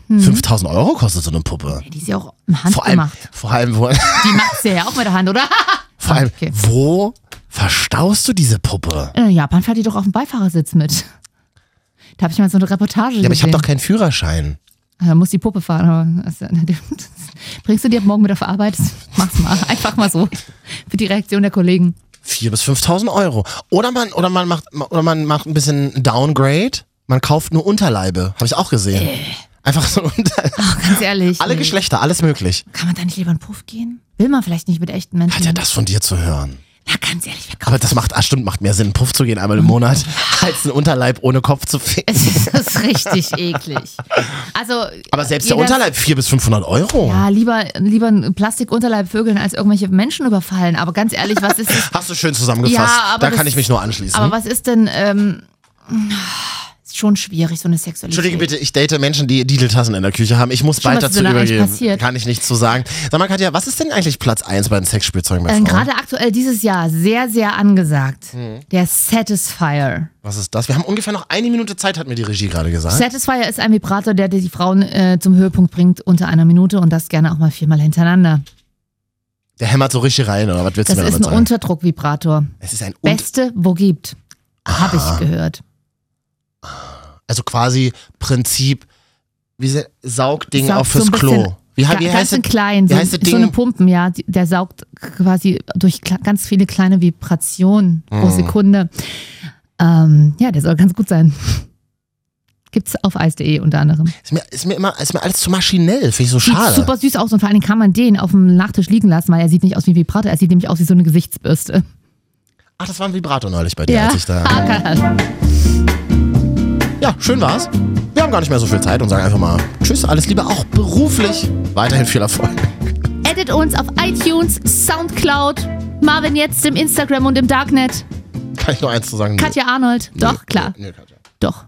Speaker 2: Hm.
Speaker 1: 5000 Euro kostet so eine Puppe.
Speaker 2: Ja, Die ist ja auch im Hand
Speaker 1: Vor allem,
Speaker 2: gemacht.
Speaker 1: vor allem, wo,
Speaker 2: Die macht sie ja auch mit der Hand, oder?
Speaker 1: vor allem
Speaker 2: Okay.
Speaker 1: wo verstaust du diese Puppe?
Speaker 2: In Japan fährt die doch auf dem Beifahrersitz mit. Da habe ich mal so eine Reportage
Speaker 1: Ja, aber ich
Speaker 2: gesehen.
Speaker 1: habe doch keinen Führerschein.
Speaker 2: Ah, Da muss die Puppe fahren. aber das- Bringst du die ab morgen mit auf Arbeit? Mach's mal. Einfach mal so. Für die Reaktion der Kollegen.
Speaker 1: 4.000 bis 5.000 Euro. Oder man, oder, man macht, oder man macht ein bisschen Downgrade. Man kauft nur Unterleibe. Habe ich auch gesehen. Einfach so Unterleibe.
Speaker 2: Äh. Ach, ganz ehrlich.
Speaker 1: Alle
Speaker 2: nee.
Speaker 1: Geschlechter, alles möglich.
Speaker 2: Kann man da nicht lieber in den Puff gehen? Will man vielleicht nicht mit echten Menschen?
Speaker 1: Hat ja das von dir zu hören.
Speaker 2: Na, ganz ehrlich, wer kauft
Speaker 1: Aber das macht, ah, stimmt, macht mehr Sinn, einen Puff zu gehen einmal im Monat, als einen Unterleib ohne Kopf zu ficken.
Speaker 2: Es ist, das ist richtig eklig. Also,
Speaker 1: Aber selbst der
Speaker 2: jedes-
Speaker 1: Unterleib, 400 bis 500 Euro.
Speaker 2: Ja, lieber, lieber ein Plastikunterleib vögeln, als irgendwelche Menschen überfallen. Aber ganz ehrlich, was ist das?
Speaker 1: Hast du schön zusammengefasst.
Speaker 2: Ja, aber
Speaker 1: da
Speaker 2: das-
Speaker 1: kann ich mich nur anschließen.
Speaker 2: Aber was ist denn, ähm, ist schon schwierig, so eine Sexualität.
Speaker 1: Entschuldige bitte, ich date Menschen, die Dideltassen in der Küche haben. Ich muss
Speaker 2: Schon,
Speaker 1: bald
Speaker 2: was ist
Speaker 1: dazu
Speaker 2: denn da eigentlich
Speaker 1: übergehen.
Speaker 2: passiert?
Speaker 1: Kann ich nichts zu sagen. Sag mal, Katja, was ist denn eigentlich Platz 1 bei den Sexspielzeugen bei
Speaker 2: Äh,
Speaker 1: Frauen?
Speaker 2: Gerade aktuell dieses Jahr sehr, sehr angesagt. Der Satisfier.
Speaker 1: Was ist das? Wir haben ungefähr noch eine Minute Zeit, hat mir die Regie gerade gesagt.
Speaker 2: Satisfier ist ein Vibrator, der die Frauen äh, zum Höhepunkt bringt unter einer Minute und das gerne auch mal viermal hintereinander.
Speaker 1: Der hämmert so richtig rein, oder was willst
Speaker 2: Das
Speaker 1: du mir
Speaker 2: ist
Speaker 1: damit
Speaker 2: ein
Speaker 1: sagen?
Speaker 2: Unterdruckvibrator.
Speaker 1: es ist ein und Ah.
Speaker 2: Beste, wo gibt. Habe ich gehört.
Speaker 1: also quasi Prinzip, wie se- Saugding
Speaker 2: Saugt
Speaker 1: auch fürs
Speaker 2: so ein
Speaker 1: Klo.
Speaker 2: bisschen-
Speaker 1: Wie,
Speaker 2: Ga
Speaker 1: wie
Speaker 2: ganz
Speaker 1: heißt
Speaker 2: in
Speaker 1: es?
Speaker 2: klein,
Speaker 1: wie
Speaker 2: so,
Speaker 1: heißt das
Speaker 2: so
Speaker 1: Ding?
Speaker 2: eine Pumpen, ja. Die, der saugt quasi durch kla- ganz viele kleine Vibrationen
Speaker 1: Mhm.
Speaker 2: pro Sekunde. Ähm, ja, der soll ganz gut sein. Gibt's auf eis.de unter anderem.
Speaker 1: Ist mir, ist mir immer, ist mir alles zu maschinell, finde ich so
Speaker 2: Sieht
Speaker 1: schade.
Speaker 2: super süß aus und vor allen Dingen kann man den auf dem Nachttisch liegen lassen, weil er sieht nicht aus wie ein Vibrator, er sieht nämlich aus wie so eine Gesichtsbürste.
Speaker 1: Ach, das war ein Vibrator neulich bei dir, als ich da.
Speaker 2: Ah,
Speaker 1: Ja, schön war's. Wir haben gar nicht mehr so viel Zeit und sagen einfach mal Tschüss, alles Liebe, auch beruflich. Weiterhin viel Erfolg.
Speaker 2: Edit uns auf iTunes, Soundcloud, Marvin jetzt im Instagram und im Darknet.
Speaker 1: Kann ich nur eins zu sagen?
Speaker 2: Katja Arnold.
Speaker 1: Nö.
Speaker 2: Doch, klar.
Speaker 1: Nö, Katja.
Speaker 2: Doch.